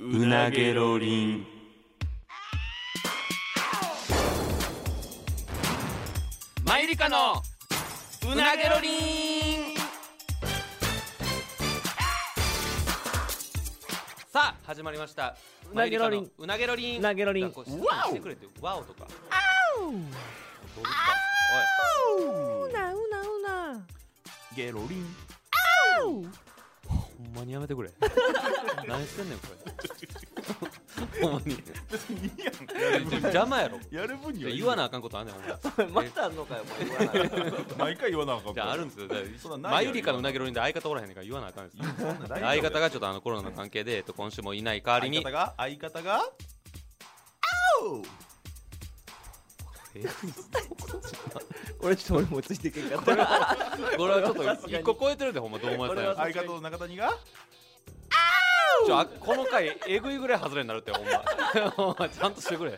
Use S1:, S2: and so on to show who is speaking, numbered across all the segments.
S1: うなげろりん。
S2: マイリカのうなげろりんさあ始まりました
S3: うなげろりん
S2: マイリカのうなげろりん
S3: うなげろりん
S2: だからこうしてくれてワオとかどうですか
S3: うなうなうな
S1: ゲロリン。
S2: おいほんまにやめてくれ何してんねんこれほんまに
S1: 別にいいや
S2: 邪魔や ろ
S1: ん。やる分に
S2: い
S1: は
S2: や
S1: いい
S2: 言わなあかんことあんねんお前
S3: またあんのかよこれ言わない
S1: 毎回言わなあかん。
S2: じゃああるんですよ。だから
S1: そんなんな
S2: マ
S1: いよ
S2: ユリカのうなぎろりんで相方おらへんねんから言わなあかんですよ。
S1: そんなんないよ
S2: 相方がちょっとあのコロナの関係で、えっと、今週もいない代わり
S1: 相
S2: に
S1: 方。が相方が。
S3: 俺ちょっと俺もついてけんかった
S2: これはちょっと
S3: さすが
S2: 一
S3: に
S2: 個超えてるでほんまどう思われた
S3: これ
S2: よ
S3: は
S1: 相方の中 谷が。
S2: ちょあこの回えぐいぐらい外れになるってほんまほんまちゃんとしてくれ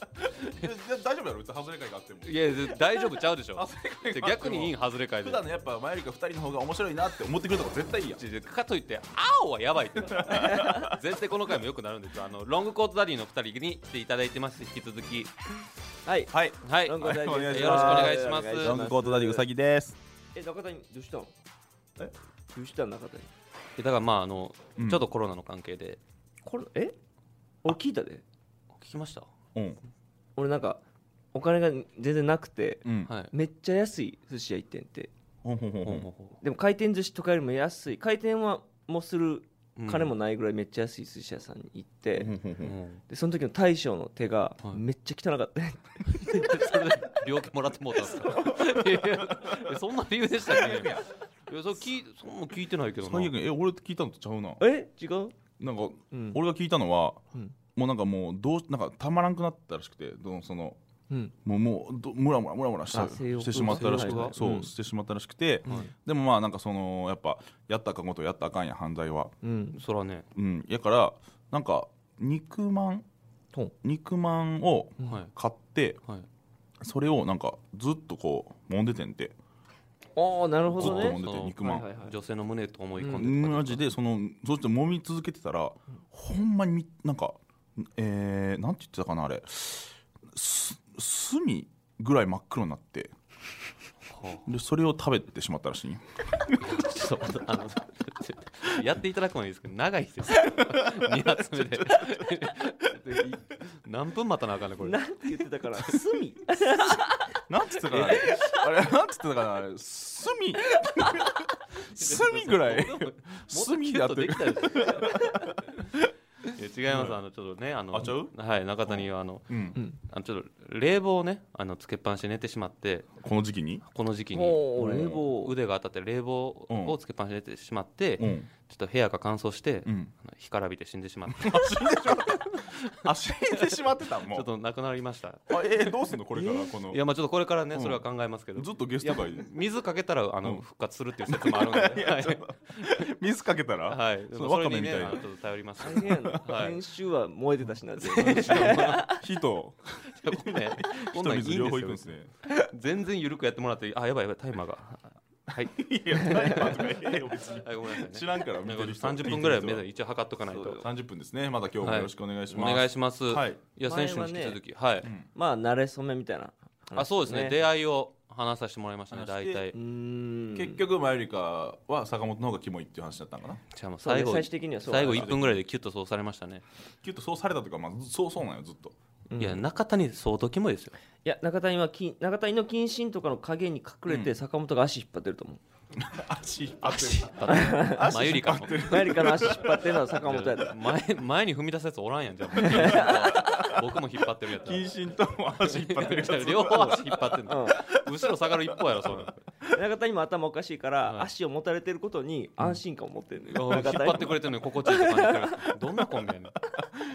S1: えじゃあ大丈夫やろ。別に外れ会があっても。
S2: いや大丈夫ちゃうでしょ
S1: 外れ会があっても
S2: 逆 にいいん外れ回で
S1: 普 段のやっぱマユリカ二人の方が面白いなって思ってくれた方が絶対いいやん。
S2: ちょかといって青はやばいって絶対この回もよくなるんですよあのロングコートダディの2人に来ていただいてます引き続き
S3: はい
S1: はい。
S2: はい
S3: ロングコートダディ
S1: はい
S2: よろしくお願いします
S3: お願いし
S1: ロングコートダディウサギです。
S3: え中谷どうしたん
S1: え
S3: どうしたん中谷
S2: だからまああの、
S1: うん
S2: ちょっとコロナの関係で
S3: これえ俺聞いたで
S2: 聞きました
S1: うん。
S3: 俺なんかお金が全然なくて
S1: うん。
S2: はい
S3: めっちゃ安い寿司屋行ってんて
S1: ほんほんほんほ
S2: ほうんほうほ
S3: でも回転寿司とかよりも安い回転はもうする
S2: うん
S3: 金もないぐらいめっちゃ安い寿司屋さんに行って、
S1: ほんほんほ。
S2: ううんん
S3: でその時の大将の手が
S2: はい
S3: めっちゃ汚かった、 ね
S2: それで病気もらってもうたんですか いやいやそんな理由でしたっけいやそれ聞いそんなの聞いてないけどな
S1: 最悪え俺聞いたのとちゃうな。
S3: え違う
S1: なんか
S3: うん
S1: 俺が聞いたのは
S3: うん
S1: もうなんかもうどうなんかたまらんくなったらしくてどのその。
S3: うん
S1: もうもうどムラムラムラムラした
S3: あ性欲
S1: してしまったらしく
S2: 性欲が
S1: そう、
S3: うん
S1: してしまったらしくて、でもまあなんかそのやっぱやったらあかんことやったらあかんや犯罪は
S3: うん
S2: そらね
S1: うんやからなんか肉まん
S3: ほん
S1: 肉まんを
S2: はい
S1: 買って
S2: はい
S1: それをなんかずっとこう揉んでてんて
S3: ああなるほ
S1: ずっと
S3: ど
S1: 揉
S3: ね
S1: んでて
S2: そう
S1: 肉ま
S3: はい
S1: ん
S3: はいはい
S2: 女性の胸と思い込んでる
S1: マジでそのそして揉み続けてたらほんまにみなんかえー、なんて言ってたかなあれす炭ぐらい真っ黒になって
S2: は
S1: でそれを食べてしまったらしいんよ
S2: あちょっとあのちょっとやっていただくのはいいですけど長いですよ2発目で何分待たなあかんねこれ
S3: なんて言ってた から隅
S1: なんつってたかなあれあれなんつってたかなあれ 炭炭ぐらい
S2: もっと
S1: 炭でやってる
S2: キュッとできたでしょいや違いますあのちょっとねあの
S1: あちゃう
S2: はい中谷はあの
S1: うん
S2: あのちょっと冷房をねあのつけっぱなしで寝てしまって
S1: この時期に
S2: この時期に
S3: おお冷房
S2: 腕が当たって冷房をつけっぱなしで寝てしまって、
S1: う
S2: ちょ
S1: ん
S2: っと部屋が乾燥して、
S1: うん
S2: あの干からびて死んでしまって、ち
S1: 足でしまった足でしまってたも
S2: ょっとなくなりました。
S1: うあえー、どうすんのこれからこの
S2: いやまあちょっとこれからね、
S1: うん
S2: それは考えますけど
S1: ずっとゲスト会
S2: い
S1: で
S2: や水かけたらあ
S1: う
S2: の、
S1: ん
S2: 復活するっていう説もある んで、ね、はい
S1: 水かけたら、
S2: はい
S1: そ
S2: で
S1: の
S2: も
S1: わ
S2: そ
S1: かめ
S2: れに
S1: み
S2: ね
S1: たい
S2: あ
S1: な
S2: のちょっと頼ります
S3: 大変やな、
S2: はい
S3: 先週は燃えてたし な全部
S1: 火と
S2: こんなんやこ
S1: 火
S2: んな
S1: と
S2: んいい
S1: 水両方いくん
S2: ん
S1: で
S2: で
S1: すす
S2: よ
S1: ね
S2: 全然ゆるくやってもらってあやばいやばいタイマーがはい
S1: いやタイマーとかええよ別に
S2: はいごめんなさいね
S1: 知らんから見てる人
S2: 30分ぐらいは目で一応測っとかないと
S1: 30分ですねまた今日もよろしくお願いし
S2: お
S1: ます、
S2: 願いします、
S1: はい
S2: いや先週に引き続きはい、
S3: まあ慣れ初めみたいな話
S2: あそうですね出会いを話させてもらいましたね
S1: 話し
S2: 大
S1: て
S2: 体
S3: うーん
S1: 結局マユリカは坂本の方がキモいっていう話だったんかな
S2: じゃあもう
S3: そうね
S2: 最後
S3: 最終的にはそう
S2: 最後1分ぐらいでキュッとそうされましたね、
S1: きっとそうされたというか、まあ、ずそうそうなんよずっと
S3: うん
S2: いや中谷相当キモいですよ
S3: いや中谷は金中谷の謹慎とかの影に隠れ
S1: うん
S3: て坂本が足引っ張ってると思う、
S1: 足足
S2: マユリカの
S3: マユリカの足引っ張ってるのは坂本やった
S2: 前前に踏み出すやつおらんやんじゃあ僕も引っ張ってるやつ
S1: 謹慎と足引っ張ってるやつ
S2: 両方足引っ張ってんの、後ろ下がる一方やろそうなの
S3: 中谷も頭おかしいから、
S2: はい
S3: 足を持たれてることに安心感を持ってるのよ、
S2: 引っ
S3: 中谷
S2: 張ってくれてるのに心地いいと感じてるどんなコンビやねん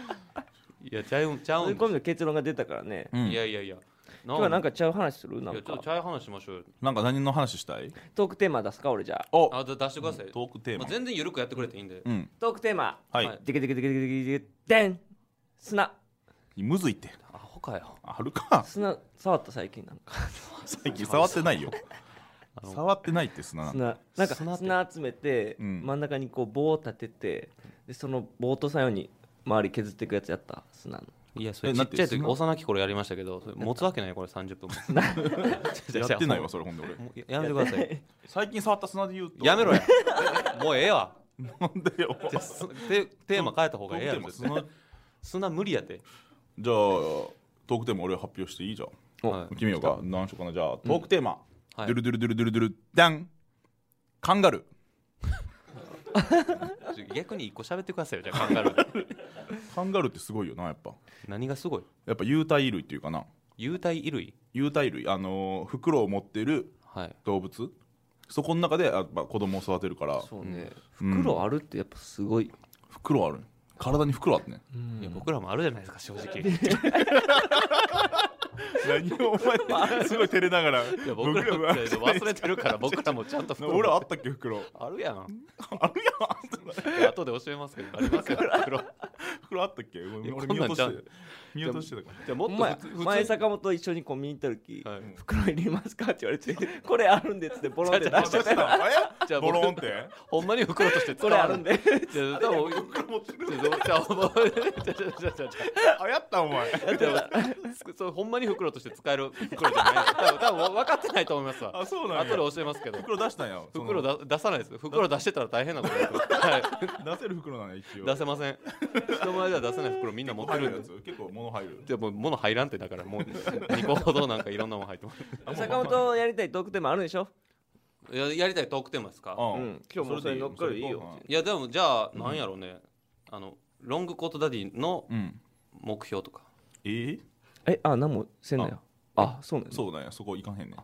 S2: いやちゃうんちゃ
S3: そう
S2: う
S3: いうんコンビの結論が出たからね、
S1: うん
S2: いやいやいや
S3: 今日はなん
S2: か
S3: かちゃう話するない
S2: や
S3: ん
S2: ちょっと
S3: か
S2: ちゃい話しましょうよ
S1: なんか何の話したい
S3: トークテーマ出すか俺じゃあ
S1: お
S2: あだ出してください、
S1: トークテー
S2: ま
S1: マ
S2: あ、全然ゆるくやってくれていいんで、
S1: うん
S3: トークテーマ
S1: はい、
S2: はい
S3: デケデケデケデケデケデケデン砂
S1: むずいって
S2: アホかよ
S1: あるか
S3: 砂触った最近なんか
S1: 最近触ってないよ
S2: あの
S1: 触ってないって砂なんだ
S3: 砂なんか
S2: 砂って
S3: 砂集めて
S1: うん
S3: 真ん中にこう棒を立ててでその棒とさように周り削っていくやつやった砂の
S2: いやそれ
S1: え
S2: ち
S1: な
S2: っ
S1: んて
S2: ちゃい時
S1: そんな
S2: 幼き頃やりましたけどそれ持つわけないよこれ30分も
S1: やってないわそ
S2: そ
S1: れほんで俺
S2: れやめてくだ さい
S1: 最近触った砂で言うと
S2: やめろやもうええわ
S1: なんでよ
S2: じゃあすテテーマ変えた方がええや
S1: トー
S2: ろ
S1: ク
S2: 絶
S1: テーマ
S2: 対砂無理やて
S1: 砂じゃあトークテーマ俺発表していいじゃん
S2: は
S1: 決めようか何しようかなじゃあトークテーマ、
S2: は
S1: ド
S2: い
S1: ゥルドゥルドゥルドゥルドゥルダンカンガル
S2: いちょ逆に一個喋ってくださいよじゃあカンガルー
S1: ーカンガルーってすごいよなやっぱ
S2: 何がすごい
S1: やっぱ有袋類っていうかな
S2: 有袋衣類
S1: 有袋類あのー袋を持ってる
S2: はい
S1: 動物そこの中でやっぱ子供を育てるから
S3: そうね、
S1: うん
S3: 袋あるってやっぱすごい、
S1: 袋ある体に袋あってね
S2: いや僕らもあるじゃないですか正直い
S1: 何をお前すごい照れながら
S2: や僕らも忘れてるから僕らもちゃんと
S1: 俺あったっけ袋
S2: あるやん
S1: ある
S2: いや後で教えますけどありますよ袋
S1: やん袋あったっけ俺
S2: こん
S1: 見
S2: な
S1: 落
S2: ん
S1: と
S2: ちゃ
S1: し
S2: う
S1: て見落としてたから
S2: じゃあもっ
S3: お
S2: と
S3: 前
S2: 普通普通に
S3: 前坂本と一緒にコンビニ行った時、
S2: はい
S3: 袋入りますかって言われて これあるんでっつってボロンって出し
S1: 忘れ
S3: て
S1: て
S3: た
S1: たあ
S2: じゃ
S1: れ
S2: あ僕
S1: ボロンって
S2: ほんまに袋として使
S3: こ
S2: わな
S3: れ
S2: い
S3: あるんで
S2: じゃあ多分
S1: 持ってる
S2: ちょっとじゃあもうじゃあじゃあじゃあじゃ
S1: あやったお前
S2: あじゃあそうほんまに袋として使える袋じゃない多分多分分かってないと思いますわ
S1: あそうなんや
S2: 後で教えますけど
S1: 袋出したんやその
S2: 袋だ出さないです袋出してたら大変なことです、はい、
S1: 出せる袋なんや一応
S2: 出せません人前では出せない袋みんな持って
S1: 入
S2: る
S1: る
S2: ん
S1: や
S2: です
S1: つ結構物入る
S2: でもう物入らんってだからもう2個ほどなんかいろんなもん入ってま
S3: 坂本やりたいトークテーマあるんでしょ、
S2: すややりたいトークテーマですか
S1: う
S3: うん今日もうそれ乗っかるいいよ
S2: いやでもじゃあなんやろうね、あのロングコートダディの
S1: うん
S2: 目標とか
S1: えー
S3: えあ何もせんなよあそうね
S1: そうなんやそこ行かへんね
S2: じゃ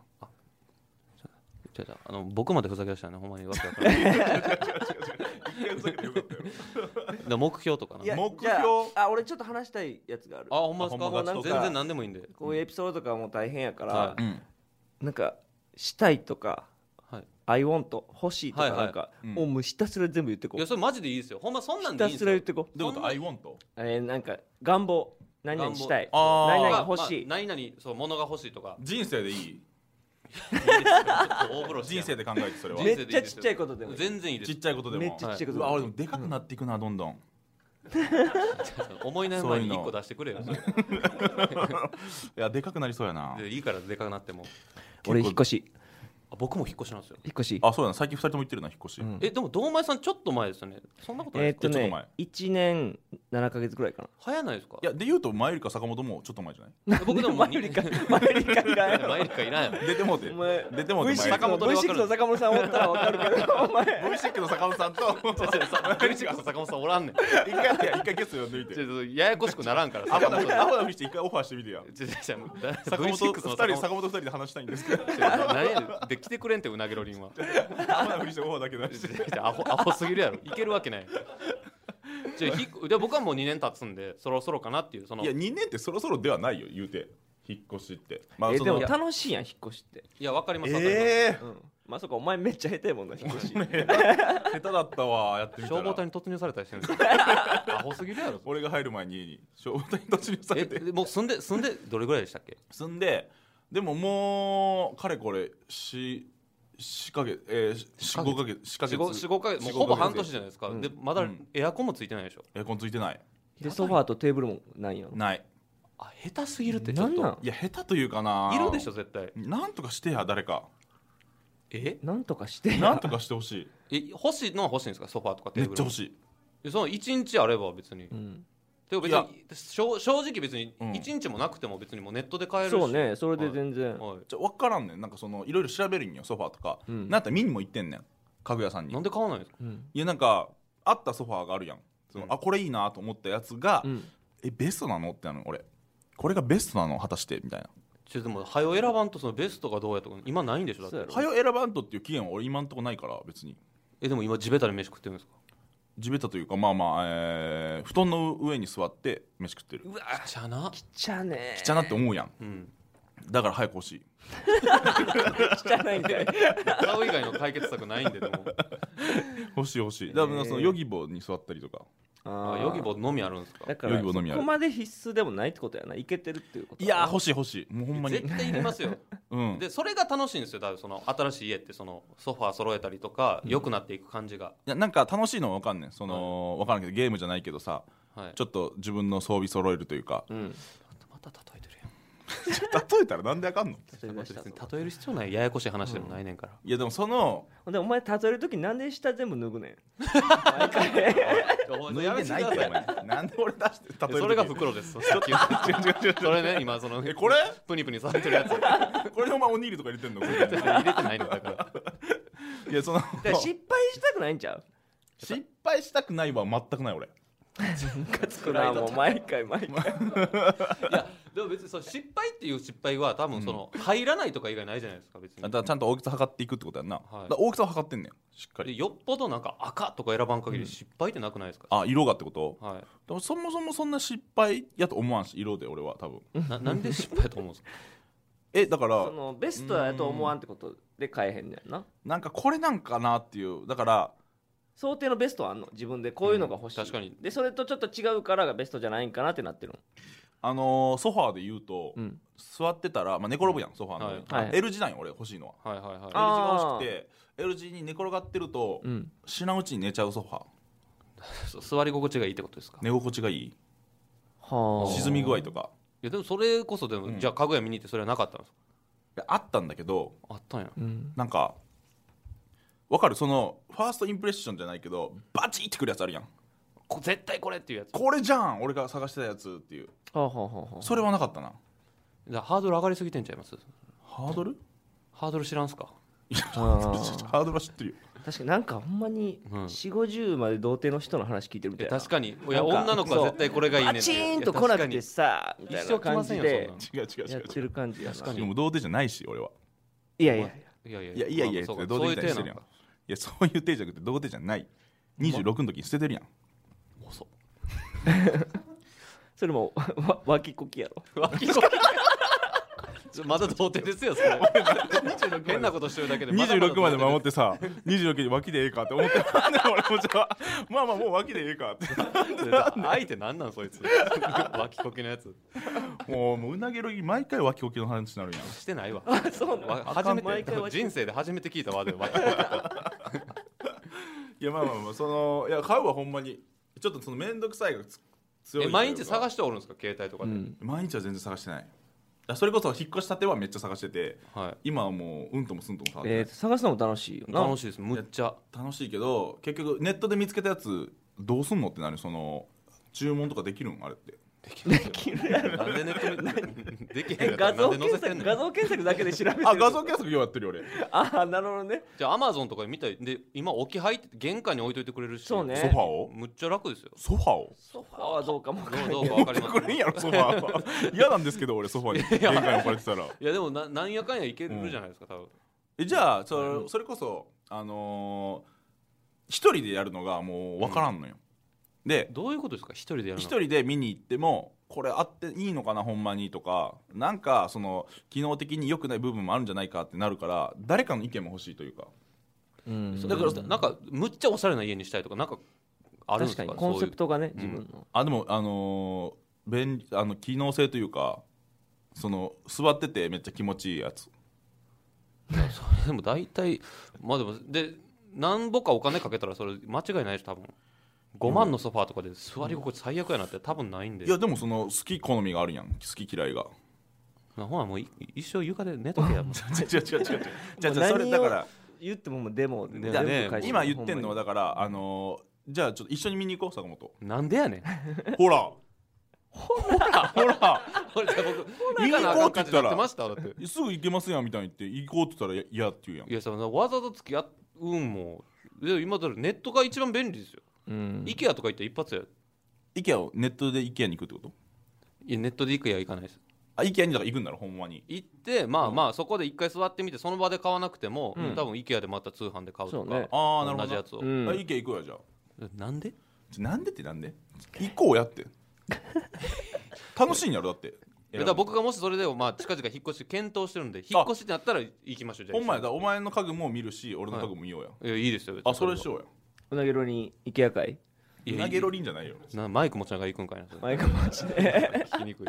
S2: あじゃああの僕までふざけ出したらねほんまにわけわからないで目標とかない
S3: や
S1: 目標
S3: じゃああ俺ちょっと話したいやつがある
S2: あほんまです
S1: あ
S2: か
S1: ほんま
S2: 全
S1: 勝ちとか
S2: 然何でもいいんで
S3: こういうエピソードとかも大変やから、
S2: は
S1: うん
S3: なんかしたいとか
S2: はい
S3: I want 欲しいとか
S2: はいはい
S3: なんか、
S1: うん
S3: もうもうひたすら全部言って
S2: い
S3: こ
S2: や
S3: う
S2: それマジでいいですよほんまそんなんでい
S3: ひた
S2: いんですす
S3: ら
S2: よ
S3: 言ってこう
S1: どういうこと I want
S3: えー、なんか願望何々したい
S1: 願望あー
S3: 何々が欲しい、
S2: まあ何々そう物が欲しいとか
S1: 人生でいい
S2: 大風呂して
S1: 人生で考えてそれは
S2: あ
S3: め
S2: 人
S3: っ
S2: 生でいい
S3: ちゃ
S2: です
S3: ち
S2: よ
S3: っちゃいことでもいい
S2: 全然いいで
S1: ち
S2: す
S1: っちゃいことでも
S3: めっちゃちっちゃいこと
S1: うわ俺でもでかくなっていくなどんどん
S2: 思いない前に1個出してくれよそれ
S1: いやでかくなりそうやな
S2: でいいからでかくなっても
S3: 俺引っ越し
S2: あ僕も引っ越しなんですよ
S3: 引っ越し
S1: あそうやな最近二人とも行ってるな引っ越し
S3: うん
S2: えでも堂前さんちょっと前ですよねそんなことない
S3: えー
S2: ですか
S3: っと
S1: ちょっと
S3: ね
S1: 前
S3: 1年7か月ぐらいか
S2: 早ないですか
S1: いやで言うと前よりか坂本もちょっと前じゃない
S3: な
S2: 僕でも
S3: マユリカマユリカがよ
S2: 前よりかいらんや
S1: 出てもうて
S3: お前
S1: 出てもうて前
S3: V6
S1: 坂
S2: 本
S1: 本
S2: でわかる
S3: V6 の坂本さんおったらわかるけどお前
S1: V6 の坂本さんと
S2: ろちょ坂本さんおらんねん
S1: 一回いや一回ゲスト呼んでみ
S2: ち
S1: て
S2: ょっとややこしくならんから
S1: ア
S2: 坂
S1: ホな
S2: 本
S1: ア
S2: さん
S1: ホなふりして一回オファーしてみてや
S2: ちょちょちょだ
S1: 坂本
S2: V6
S1: 二
S2: の
S1: 人
S2: 坂
S1: 坂本
S2: 本
S1: 二人で話したいんです けど
S2: 何やねんで来てくれんってうなげろりんは
S1: アホなふりしてオファーだけ出して
S2: アホアホすぎるやろいけるわけないじゃあひで僕はもう2年経つんでそろそろかなっていうその
S1: い
S2: い
S1: や
S2: や
S1: 2年ってそろそろではないよ言うて引っ越しってま
S3: え
S1: そ
S3: で
S1: の
S3: も楽しいやん引っ越しって
S2: わかりますわかります、
S1: え
S3: うんまあそっかお前めっちゃ下手やもんな引っ越し
S1: ー下手だったわやってみた
S2: 消防隊
S1: ら
S2: に突入されたりしてるんですよアホすぎるやろ
S1: 俺が入る前に消防隊に突入さ
S2: え
S1: れて
S2: でもう住んで住んでどれぐらいでしたっけ
S1: 住んででももうかれこれし4ヶ月えー、
S2: ヶ
S1: 45ヶ月4ヶ月
S2: 45か月もう
S1: 四五
S2: ほぼ
S1: ヶ月
S2: 半年じゃないですか、
S3: うん
S2: でまだ
S1: うん
S2: エアコンもついてないでしょ、
S1: エアコンついてない
S3: でソファーとテーブルもないやろ
S1: ない
S2: あ下手すぎるってちょ
S3: な
S2: っ
S3: んな
S2: と
S3: ん
S1: いや下手というかない
S2: るでしょ絶対
S1: なんとかしてや誰か
S2: え
S3: なんとかして
S1: なんとかしてほし い
S2: え欲しいのは欲しいんですかソファーとかテ
S1: めっ
S2: ーブ
S1: ちゃ
S2: ル
S1: 欲しい
S2: えその1日あれば別に、
S3: うん
S2: てか別
S1: いや
S2: に正正直別に
S1: うん
S2: 1日もなくても別にもうネットで買えるし
S3: そうねそれで全然
S2: は
S1: ちょ分からんねんなんかそのいろいろ調べるんよソファーとか、
S3: うん
S1: なんやったら見にも行ってんねん家具屋さん
S2: い、
S1: に
S2: なんで買わないんですか
S3: うん
S1: いやなんかあったソファーがあるやんその、
S2: うん
S1: あこれいいなと思ったやつが、
S3: うん
S1: えベストなのってなの俺これがベストなの果たしてみたいな
S2: ちょでも早選ばんとそのベストがどうやとか今ないんでしょ
S3: そ
S2: だ
S3: う
S2: っ
S3: や
S2: て
S3: ろ
S1: 早選ばんとっていう期限は俺今んとこないから別に
S2: えでも今地べたで飯食ってるんですか
S1: 地べたというかまあまあ、えー布団の上に座って飯食ってる
S2: うわしゃな
S3: きっちゃね
S1: きちゃなって思うやん
S2: うん
S1: だから早く欲しい
S3: きっちゃないんだよ
S2: 買う以外の解決策ないんででも
S1: 欲しい欲しいだから
S3: えー
S1: そのヨギボーに座ったりとか
S3: あ
S2: あ
S3: ー
S2: ヨギボーのみあるんですか
S3: だから
S1: ヨギボーのみあ
S3: そ
S1: る
S3: こまで必須でもないってことやないけてるっていうこと
S1: いやー欲しい欲しいもうほんまに
S2: 絶対いりますよ
S1: うん
S2: でそれが楽しいんですよだからその新しい家ってそのソファー揃えたりとか良くなっていく感じが、
S1: いやなんか楽しいのは分かんねんその、分からんけどゲームじゃないけどさ
S2: はい、
S1: ちょっと自分の装備揃えるというか
S3: うん
S2: また例えてる
S1: 例えたらなんであかんの
S3: それ
S2: やん
S3: 出した
S2: 別
S3: ぞ
S2: に例える必要ないややこしい話でもないねんから、
S1: いやでもその
S3: ほんでお前例える時なんで下全部脱ぐねん
S2: お前
S1: 脱い
S2: や
S1: で
S2: めて
S1: ないっ
S2: くだ
S1: て
S2: さ
S1: お前 なんで俺出して例える
S2: それが
S1: 時
S2: 袋ですさっき言った それね今その
S1: えこれ
S2: プニプニされてるやつ
S1: これでお前おにぎりとか入れ てんのこれ
S2: 入れてないの だから
S1: いやその
S3: だから失敗したくないんちゃう
S1: 失敗したくないは全くない俺
S3: かつくなもう毎回毎回
S2: いやでも別にそう失敗っていう失敗は多分その、入らないとか以外ないじゃないですか別に
S1: だからちゃんと大きさ測っていくってことやんな、
S2: い
S1: だから大きさを測ってんねんしっか
S2: で
S1: り
S2: よっぽどなんか赤とか選ばん限り失敗ってなくないですか、
S1: あ色がってこと
S2: はい
S1: でもそもそもそんな失敗やと思わんし色で俺は多分
S2: ななんで失敗やと思うんですか
S1: えだから
S3: そのベストやと思わんってことで変えへんねんな
S1: なんかこれなんかなっていうだから
S3: 想定のベストはあんの自分でこういうのが欲しい、
S2: うん確かに
S3: でそれとちょっと違うからがベストじゃないんかなってなってるの
S1: あのーソファーで言うと、
S3: うん
S1: 座ってたら、まあ、寝転ぶやんソファーの上に、
S3: はいはい
S1: L 字なんよ俺欲しいのは
S2: はいはいはい
S3: あ
S1: L 字が欲しくて L 字に寝転がってると、
S3: うん
S1: 知らんうちに寝ちゃうソファー
S2: そ座り心地がいいってことですか、
S1: 寝心地がいい
S3: は
S1: 沈み具合とか
S2: いやでもそれこそでも、
S1: ん
S2: じゃあ家具屋見に行ってそれはなかったんですか
S1: いやあったんだけど
S2: あったんや
S3: うん
S1: なんかわかるそのファーストインプレッションじゃないけどバチってくるやつあるやん
S2: こ絶対これっていうやつだか
S1: これじゃん俺が探してたやつっていう
S3: はあ、はあはあはあ、
S1: それはなかったな
S2: らハードル上がりすぎてんちゃいます
S1: ハードル
S2: ハードル知らんすか
S3: あー
S1: ハードルは知ってるよ
S3: 確かになんかほんまに
S2: うん
S3: 4 5 0まで童貞の人の話聞いてるみ
S2: い
S3: たい
S2: や
S3: な
S2: 確かにいや
S3: なんか
S2: 女の子は絶対これがいいねん
S3: パチーンと来なく
S2: いや
S3: てさみ
S2: 確かに一生
S3: たいな
S2: 来
S3: 感
S2: ませ
S3: じ
S2: んよそ
S1: 違
S2: ん
S3: で
S1: う違う違
S3: や
S1: う
S3: ってる感じやな
S2: 確かに
S1: でも童貞じゃないし俺はい
S3: やいや
S2: ないやいや
S1: いやいやいやって
S2: まあそうか
S1: 童
S2: そうい
S1: 貞
S2: う
S1: みたいにしてる
S2: 体なの
S1: やんい
S2: か
S1: やそういう定着って童貞じゃない26の時に捨ててるやん
S2: 遅っ
S3: それもわ脇こきやろ
S2: 脇こきちょ まだ童貞ですよそれ変なことしてるだけでだだ
S1: 26まで守
S2: 童貞
S1: ってさ26に脇でええかって思って俺もじゃあまあまあもう脇でええかって
S2: ですよ 相手なんなんそいつ脇こきのやつ
S1: もうもううなげろぎ毎回脇置きの話になるやん
S2: してないわ
S3: そう
S2: わ初め
S3: 毎
S2: て
S3: 回脇
S2: 人生で初めて聞いたワードよ脇こき
S1: いやまあまあまあそのいや買うはほんまにちょっとその面倒くさいがつ強いとい
S2: え
S1: うか
S2: 毎日探しておるんですか携帯とか
S3: う
S2: で、
S3: ん
S1: 毎日は全然探してないあそれこそ引っ越したてはめっちゃ探してて
S2: はい
S1: 今はもううんともすんとも探してない
S3: えー、探すのも楽しいよな
S2: 楽しいですむっちゃ
S1: 楽しいけど結局ネットで見つけたやつどうすんのってなるその注文とかできるんあれって
S2: できる
S3: 気になる
S2: なんでネットにできへん
S3: え
S2: や
S3: 画
S2: つな
S3: 像
S2: んで載
S3: 検
S2: せてんね
S3: 索画
S2: ん
S3: 像検索だけで調べてる
S1: あ画像検索ようやってるよ俺
S3: ああなるほどね
S2: じゃあアマゾンとかで見たりで今置き配って玄関に置いといてくれるし
S3: そうね
S1: ソファーを
S2: むっちゃ楽ですよ
S1: ソファーを
S3: ソファーはどうかもわか
S2: ど
S3: ら
S2: う
S3: ない
S2: どうか分かりま
S1: こ
S2: す
S1: れいいやろソファー 嫌なんですけど俺ソファーに玄関に置かれてたら
S2: いやでもななんやかんやいけるじゃないですか多分
S1: えじゃあそれそれこそあのー一人でやるのがもう分からんのよ、で
S2: どういうことですか一人でやる
S1: 一
S2: の
S1: 人で見に行ってもこれあっていいのかなほんまにとかなんかその機能的に良くない部分もあるんじゃないかってなるから誰かの意見も欲しいというか
S2: だからなんかむっちゃおしゃれな家にしたいとかなんかあるんで
S3: 確
S2: す
S3: か
S2: か
S3: にコンセプ
S2: ト
S3: トがね自分の
S1: あでもあのー便利あの機能性というかその座っててめっちゃ気持ちいいやつ
S2: でも大体まあでもで何ぼかお金かけたらそれ間違いないでしょ多分5万のソファーとかで座り心地最悪やなって多分ないんで
S1: いやでもその好き好みがあるやん好き嫌い が
S2: まあほらもうい一生床で寝とけやもん
S1: 違う違う違う違う違う違う
S3: もう何
S1: それだか
S3: を
S1: ら
S3: 言ってももうデモで
S2: い
S1: じゃ
S2: や
S1: あ
S2: ね
S3: 全部返して
S1: 今言ってんのは
S3: ほ
S1: だからあのーじゃあちょっと一緒に見に行こう坂本
S2: なんでやねん
S1: ほらほらほら
S2: これじゃあ
S1: 見
S2: 僕
S1: に
S2: 行かな
S1: 行
S2: あ
S1: こ
S2: か
S1: うんって言っ
S2: 感
S1: た
S2: じに
S1: ら
S2: なってましただって
S1: すぐ行けますやんみたいに言って行こうって言ったらいやって言うやん
S2: いやそのわざわざ付き合うんもで今だからネットが一番便利ですよ、
S3: んまに
S2: IKEA とか行って一発や
S1: イケアをネットでイケアに行くってこと
S2: いやネットで IKEA 行かないです
S1: あイケアにだから行くんだろほんまに
S2: 行ってまあまあそこで一回座ってみてその場で買わなくても、
S3: うん
S2: 多分 IKEA でまた通販で買うとか
S3: そうね
S1: ああなるほ
S2: 同
S1: ど
S2: じやつを、
S3: うん
S1: あイケア行こうやじゃあ
S2: なんで
S1: ちょなんでってなんで行こうやって 楽しいんやろだって
S2: だから僕がもしそれでもまあ近々引っ越し検討してるんで引っ越しってなったら行きましょうじゃあ
S1: ほんまやだお前の家具も見るし俺の家具も見ようや、
S2: いやいいですよ別に
S1: あそれしようや
S3: うなぎろに IKEA 会
S2: いや
S1: 投げろりんじゃないよ
S2: なマイク持ちながら行くんかいなそれ
S3: マイクマジで
S2: 聞きにくい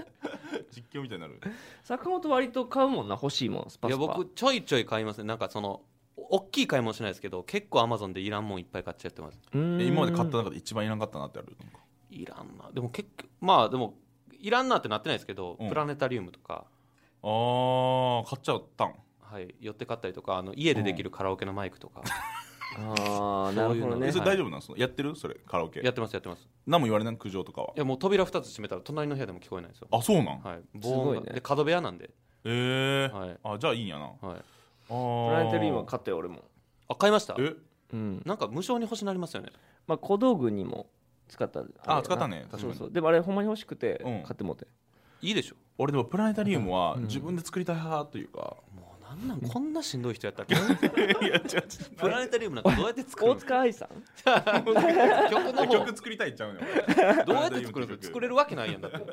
S1: 実況みたいになる
S3: 坂本割と買うもんな欲しいもんスパ
S2: い
S3: ス
S2: や
S3: パ
S2: 僕ちょいちょい買いますねなんかそのお大きい買い物しないですけど結構アマゾンでいらんもんいっぱい買っちゃってます
S3: うーん
S1: え今まで買った中で一番いらんかったなってある
S2: いらんなでも結局まあでもいらんなってなってないですけど、
S1: うん
S2: プラネタリウムとか、
S1: あー買っちゃったん
S2: はい、寄って買ったりとかあの家でできるカラオケのマイクとか、
S3: ああなる
S2: そ
S3: ほど
S2: ういうの
S1: え
S3: ね
S1: それ
S2: はい
S1: 大丈夫なんそのやってるそれカラオケ
S2: やってますやってます
S1: 何も言われない苦情とかはい
S2: やもう扉2つ閉めたら隣の部屋でも聞こえないんですよ
S1: あそうなん
S2: はい防音が
S3: すごいね
S2: で角部屋なんで
S1: えー
S2: はい
S1: あじゃあいいんやな
S2: はい
S1: プ
S3: プラネタリウムは
S1: 買っ
S3: 買ったよ俺も
S2: あ買いました
S1: え
S3: うん
S2: なんか無償に欲しなりますよね
S3: まあ小道具にも使ったれやな
S1: 使ったね確かに
S3: そうそうでもあれほんまに欲しくて
S1: うん
S3: 買ってもうて
S2: いいでしょ
S1: 俺でもプラネタリウムは
S3: うん
S1: 自分で作りたい派というか、
S2: もうなんなんこんなしんどい人やったっけプラネタリウムなんかどうやって作る
S3: 大
S2: の
S3: 塚愛さん
S2: 曲の方
S1: 曲作りたいっちゃうのよ
S2: どうやって作るの作れるわけないやんだって
S3: どう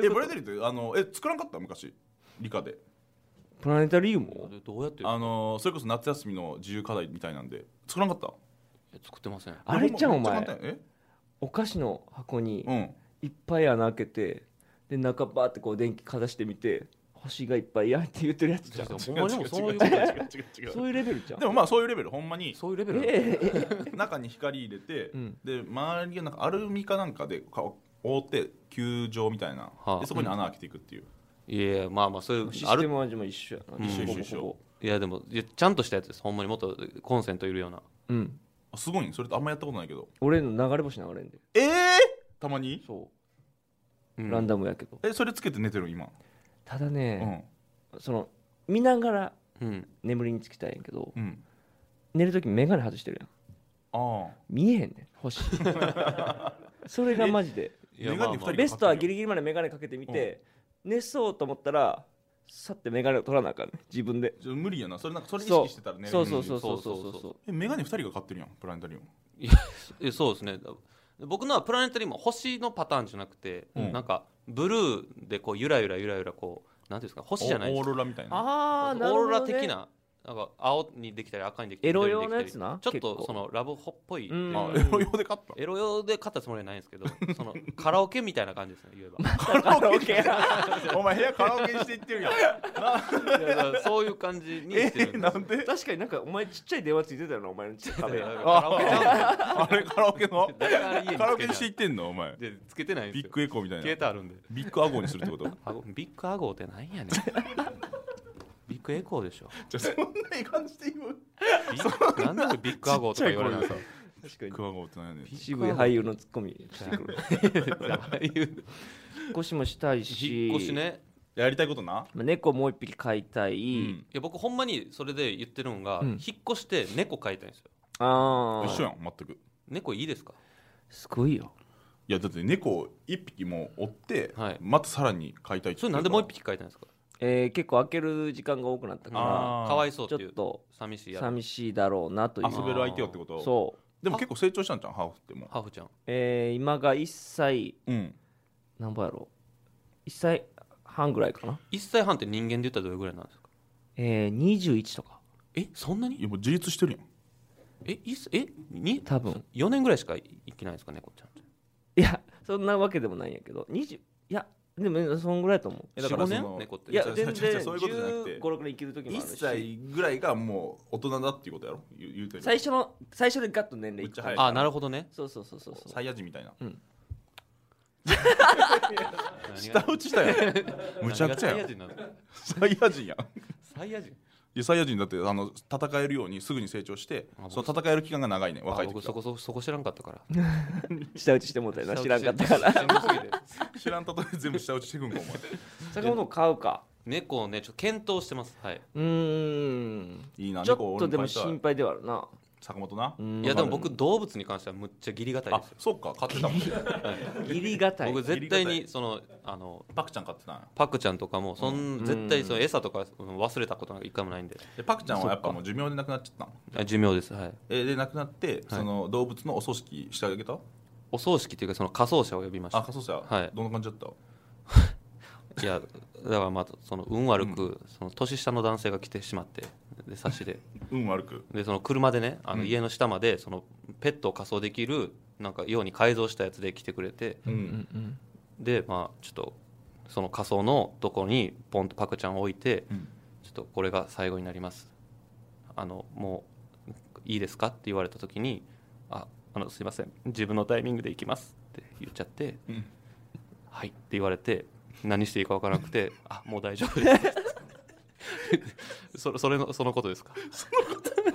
S3: い
S1: え
S3: うこ
S1: プラネタ
S3: と
S1: リウムってあのえ作らんかった昔理科で
S3: プラネタリウムを
S2: どうやって
S1: あのそれこそ夏休みの自由課題みたいなんで作らんかった
S2: 作ってません
S3: あれじゃんお
S1: めっ
S3: 前
S1: ち簡単や
S3: お菓子の箱に
S1: え
S3: いっぱい穴開けてで中バーってこう電気かざしてみて星がいっぱいやって言ってるやつじゃん
S2: ほ
S1: うん
S2: まにもそういう
S1: 違
S2: こと
S1: 違う違う違う違う違う
S3: そういうレベルじゃん
S1: でもまあそういうレベルほんまに
S2: そういうレベルなの
S3: えええ
S1: 中に光入れて、
S3: うん
S1: で周りがなんかアルミかなんかでか覆って球状みたいな、
S2: はあ
S1: でそこに穴開けていくっていう、
S2: いやいやまあまあそういう
S3: えシ
S2: あ
S3: ステ
S2: る
S3: ム味も一緒やな、
S2: うん
S1: 一緒一緒
S3: ほぼほ
S2: いやでもいやちゃんとしたやつですほんまにもっとコンセントいるような
S3: ぼうん
S1: あすごいねそれってあんまやったことないけど
S3: 俺の流れ星流れんで
S1: ええたまに
S3: そうう、
S2: ん
S3: ランダムやけど
S1: えそれつけて寝てる今、
S3: ただ
S1: う
S3: ね、
S1: ん
S3: その見ながら
S2: うん
S3: 眠りにつきたいんやけど
S1: うん
S3: 寝るとき眼鏡外してるやん
S1: ああ
S3: 見えへんねん 星それがマジで
S2: いや
S1: メガネ
S2: まあま
S1: 二人
S2: あ
S3: ベストはギリギリまで眼鏡かけてみて、寝そうと思ったらさって眼鏡を取らなあかんね自分で
S1: じゃあ無理やなそれなんかそれ意
S3: そう
S1: 識してたらね
S3: そうそう
S1: う
S3: そうそうそう
S2: そうそう
S3: そ
S2: そう
S1: えメガネ2人が買ってるやんプラネタリウム
S2: えそうですね僕のはプラネタリウムは星のパターンじゃなくて、
S1: うん
S2: なんかブルーでこうゆらゆらゆらゆらこうなんていうんですか星じゃない
S1: オ
S2: で
S1: ー
S2: す
S1: ロラみたいな
S3: ああなる
S2: オー
S3: ほ
S2: ロラ
S3: ど、ね、
S2: 的ななんか青にできたり赤にできたり
S3: エロ用
S2: 緑にできたり
S3: のやつな
S2: ちょっ
S3: 結
S2: と
S3: 構
S2: そのラブホっぽい
S3: うん
S1: あエロ用で買った
S2: エロ用で買ったつもりはないんです けどそのカラオケみたいな感じですね言えば
S3: カ ラオケ
S1: お前部屋カラオケにしていってるやん
S2: いやだ からそういう感じに
S1: え
S2: してるんです
S1: なんで
S3: 確かになんかお前ちっちゃい電話ついてたよなお前のちっちゃい壁
S2: いやだ
S3: あ
S2: からカラオケちゃうんで
S1: あれカラオケの
S2: 誰が家につけてない
S1: カラオケにしていってんのお前
S2: でつけてないんで
S1: ビ
S2: す
S1: ッ
S2: よ
S1: グエコーみたいな
S2: 携帯あるんで
S1: ビッグアゴにするってこと
S2: あごビッグアゴーってなんやねんビッグエコーでしょ
S1: じゃそんなに感じて今
S2: ビッなんで俺ビッグアゴーとか言われなさ
S3: 確かに
S1: クワゴって何やねん
S3: 渋い俳優のツッコ ミしてくる
S2: ああいう
S3: 引っ越しもしたいし
S2: 引っ越しね
S1: やりたいことな
S3: まあ猫もう一匹飼いたい、
S1: うん
S2: いや僕ほんまにそれで言ってるのが、
S3: うん
S2: 引っ越して猫飼いたいんですよ
S3: ああ
S1: 一緒やん全く
S2: 猫いいですか
S3: すごいよ
S1: いやだって猫を一匹も追って、
S2: はい
S1: またさらに飼いたいって
S2: そ
S1: 言
S2: れ
S1: ってるから
S2: なんでもう一匹飼いたいんですか
S3: えー結構開ける時間が多くなったか
S1: あー
S2: かわいそ
S3: ら
S2: う
S3: ち
S2: っ
S3: ょ
S2: てい
S3: っ
S2: う
S3: と
S2: 寂しいやつ
S3: 寂しいだろうなという
S1: 遊べる相手をってこと
S3: そう、
S1: でも結構成長したんじゃんハーフっても
S2: ハーフちゃん
S3: えー今が1歳
S1: うん
S3: 何ぼやろう1歳半ぐらいかな
S2: 1歳半って人間で言ったらどれぐらいなんですか
S3: えー、21とか
S2: えそんなに
S1: いやもう自立してるやん
S2: えいっえに
S3: 多分
S2: 4年ぐらいしか生きないんですか猫ちゃんって
S3: いやそんなわけでもないんやけど20いやでもそんぐらいだと思
S1: え
S3: う
S1: だから
S2: 45
S1: そ
S2: 年
S1: の
S2: 猫って
S3: いや
S1: 違う違う
S3: 全然
S1: 違うそういうことじゃなくて
S3: 1 5六6生きる時もあ
S1: 1
S3: るし
S1: 歳ぐらいがもう大人だっていうことやろ言う言うてる
S3: 最初の最初でガッと年齢いく
S1: めっちゃ早い
S2: あなるほどね
S3: そうそうそうそうそう
S1: サイヤ人みたいな
S2: 何
S1: 下
S2: が
S1: 打ちしたやんむちゃくちゃ
S2: 何が
S1: やん
S2: サイヤ人なの
S1: サイヤ人やん
S2: サイヤ人
S1: いやサイヤ人だってあの戦えるようにすぐに成長して
S2: あ
S1: その戦える期間が長いねん若
S2: あ
S1: い
S2: 僕
S1: 時
S2: そ
S1: は
S2: こそこそこ知らんかったから
S3: 下打ちしてもうたよな知らんかったから
S2: ら
S1: 知らんとえ全部下打ちしてくんかお前
S3: 坂本買うか
S2: 猫をねちょっと検討してますはいう
S3: ーん
S1: いいな
S3: ちょ
S1: 猫を
S3: っ
S1: 俺
S3: とで
S1: も
S3: も
S1: 飼いた
S3: 心
S1: い
S3: 配ではあるな
S1: 坂本な
S2: いやでも
S3: 僕
S2: 僕動物に関してはむっちゃ義理がたい
S1: あ
S2: ですよ
S1: そっか買ってたもん
S3: 義理がたい
S2: 僕絶対
S1: 義理
S2: にそのあの
S1: パクちゃん買ってたんや
S2: パクちゃんとかもそん、
S3: うん
S2: 絶対その餌とかうん忘れたことなんか一回もないんで
S1: でパクちゃんはやっぱもう寿命で亡くなっちゃったの
S2: あ寿命ですはい
S1: えーで亡くなって、その動物のお葬式してあげた
S2: お葬式というかその火葬者を呼びまし
S1: あ
S2: た
S1: 仮葬者、
S2: はい
S1: どんな感じだった
S2: いやだからまあその運悪く、その年下の男性が来てしまってで差しで
S1: 運悪く
S2: でその車でねあの
S1: うん
S2: 家の下までそのペットを火葬できるなんかように改造したやつで来てくれて
S1: う
S3: うんんうん
S2: でまあちょっとその仮装のとこにポンとパクちゃんを置いて
S1: うん
S2: ちょっとこれが最後になりますあのもういいですかって言われた時にああのすいません自分のタイミングで行きますって言っちゃって
S1: うん
S2: はいって言われて何していいか分からなくてあもう大丈夫ですそれ それのそのことですか い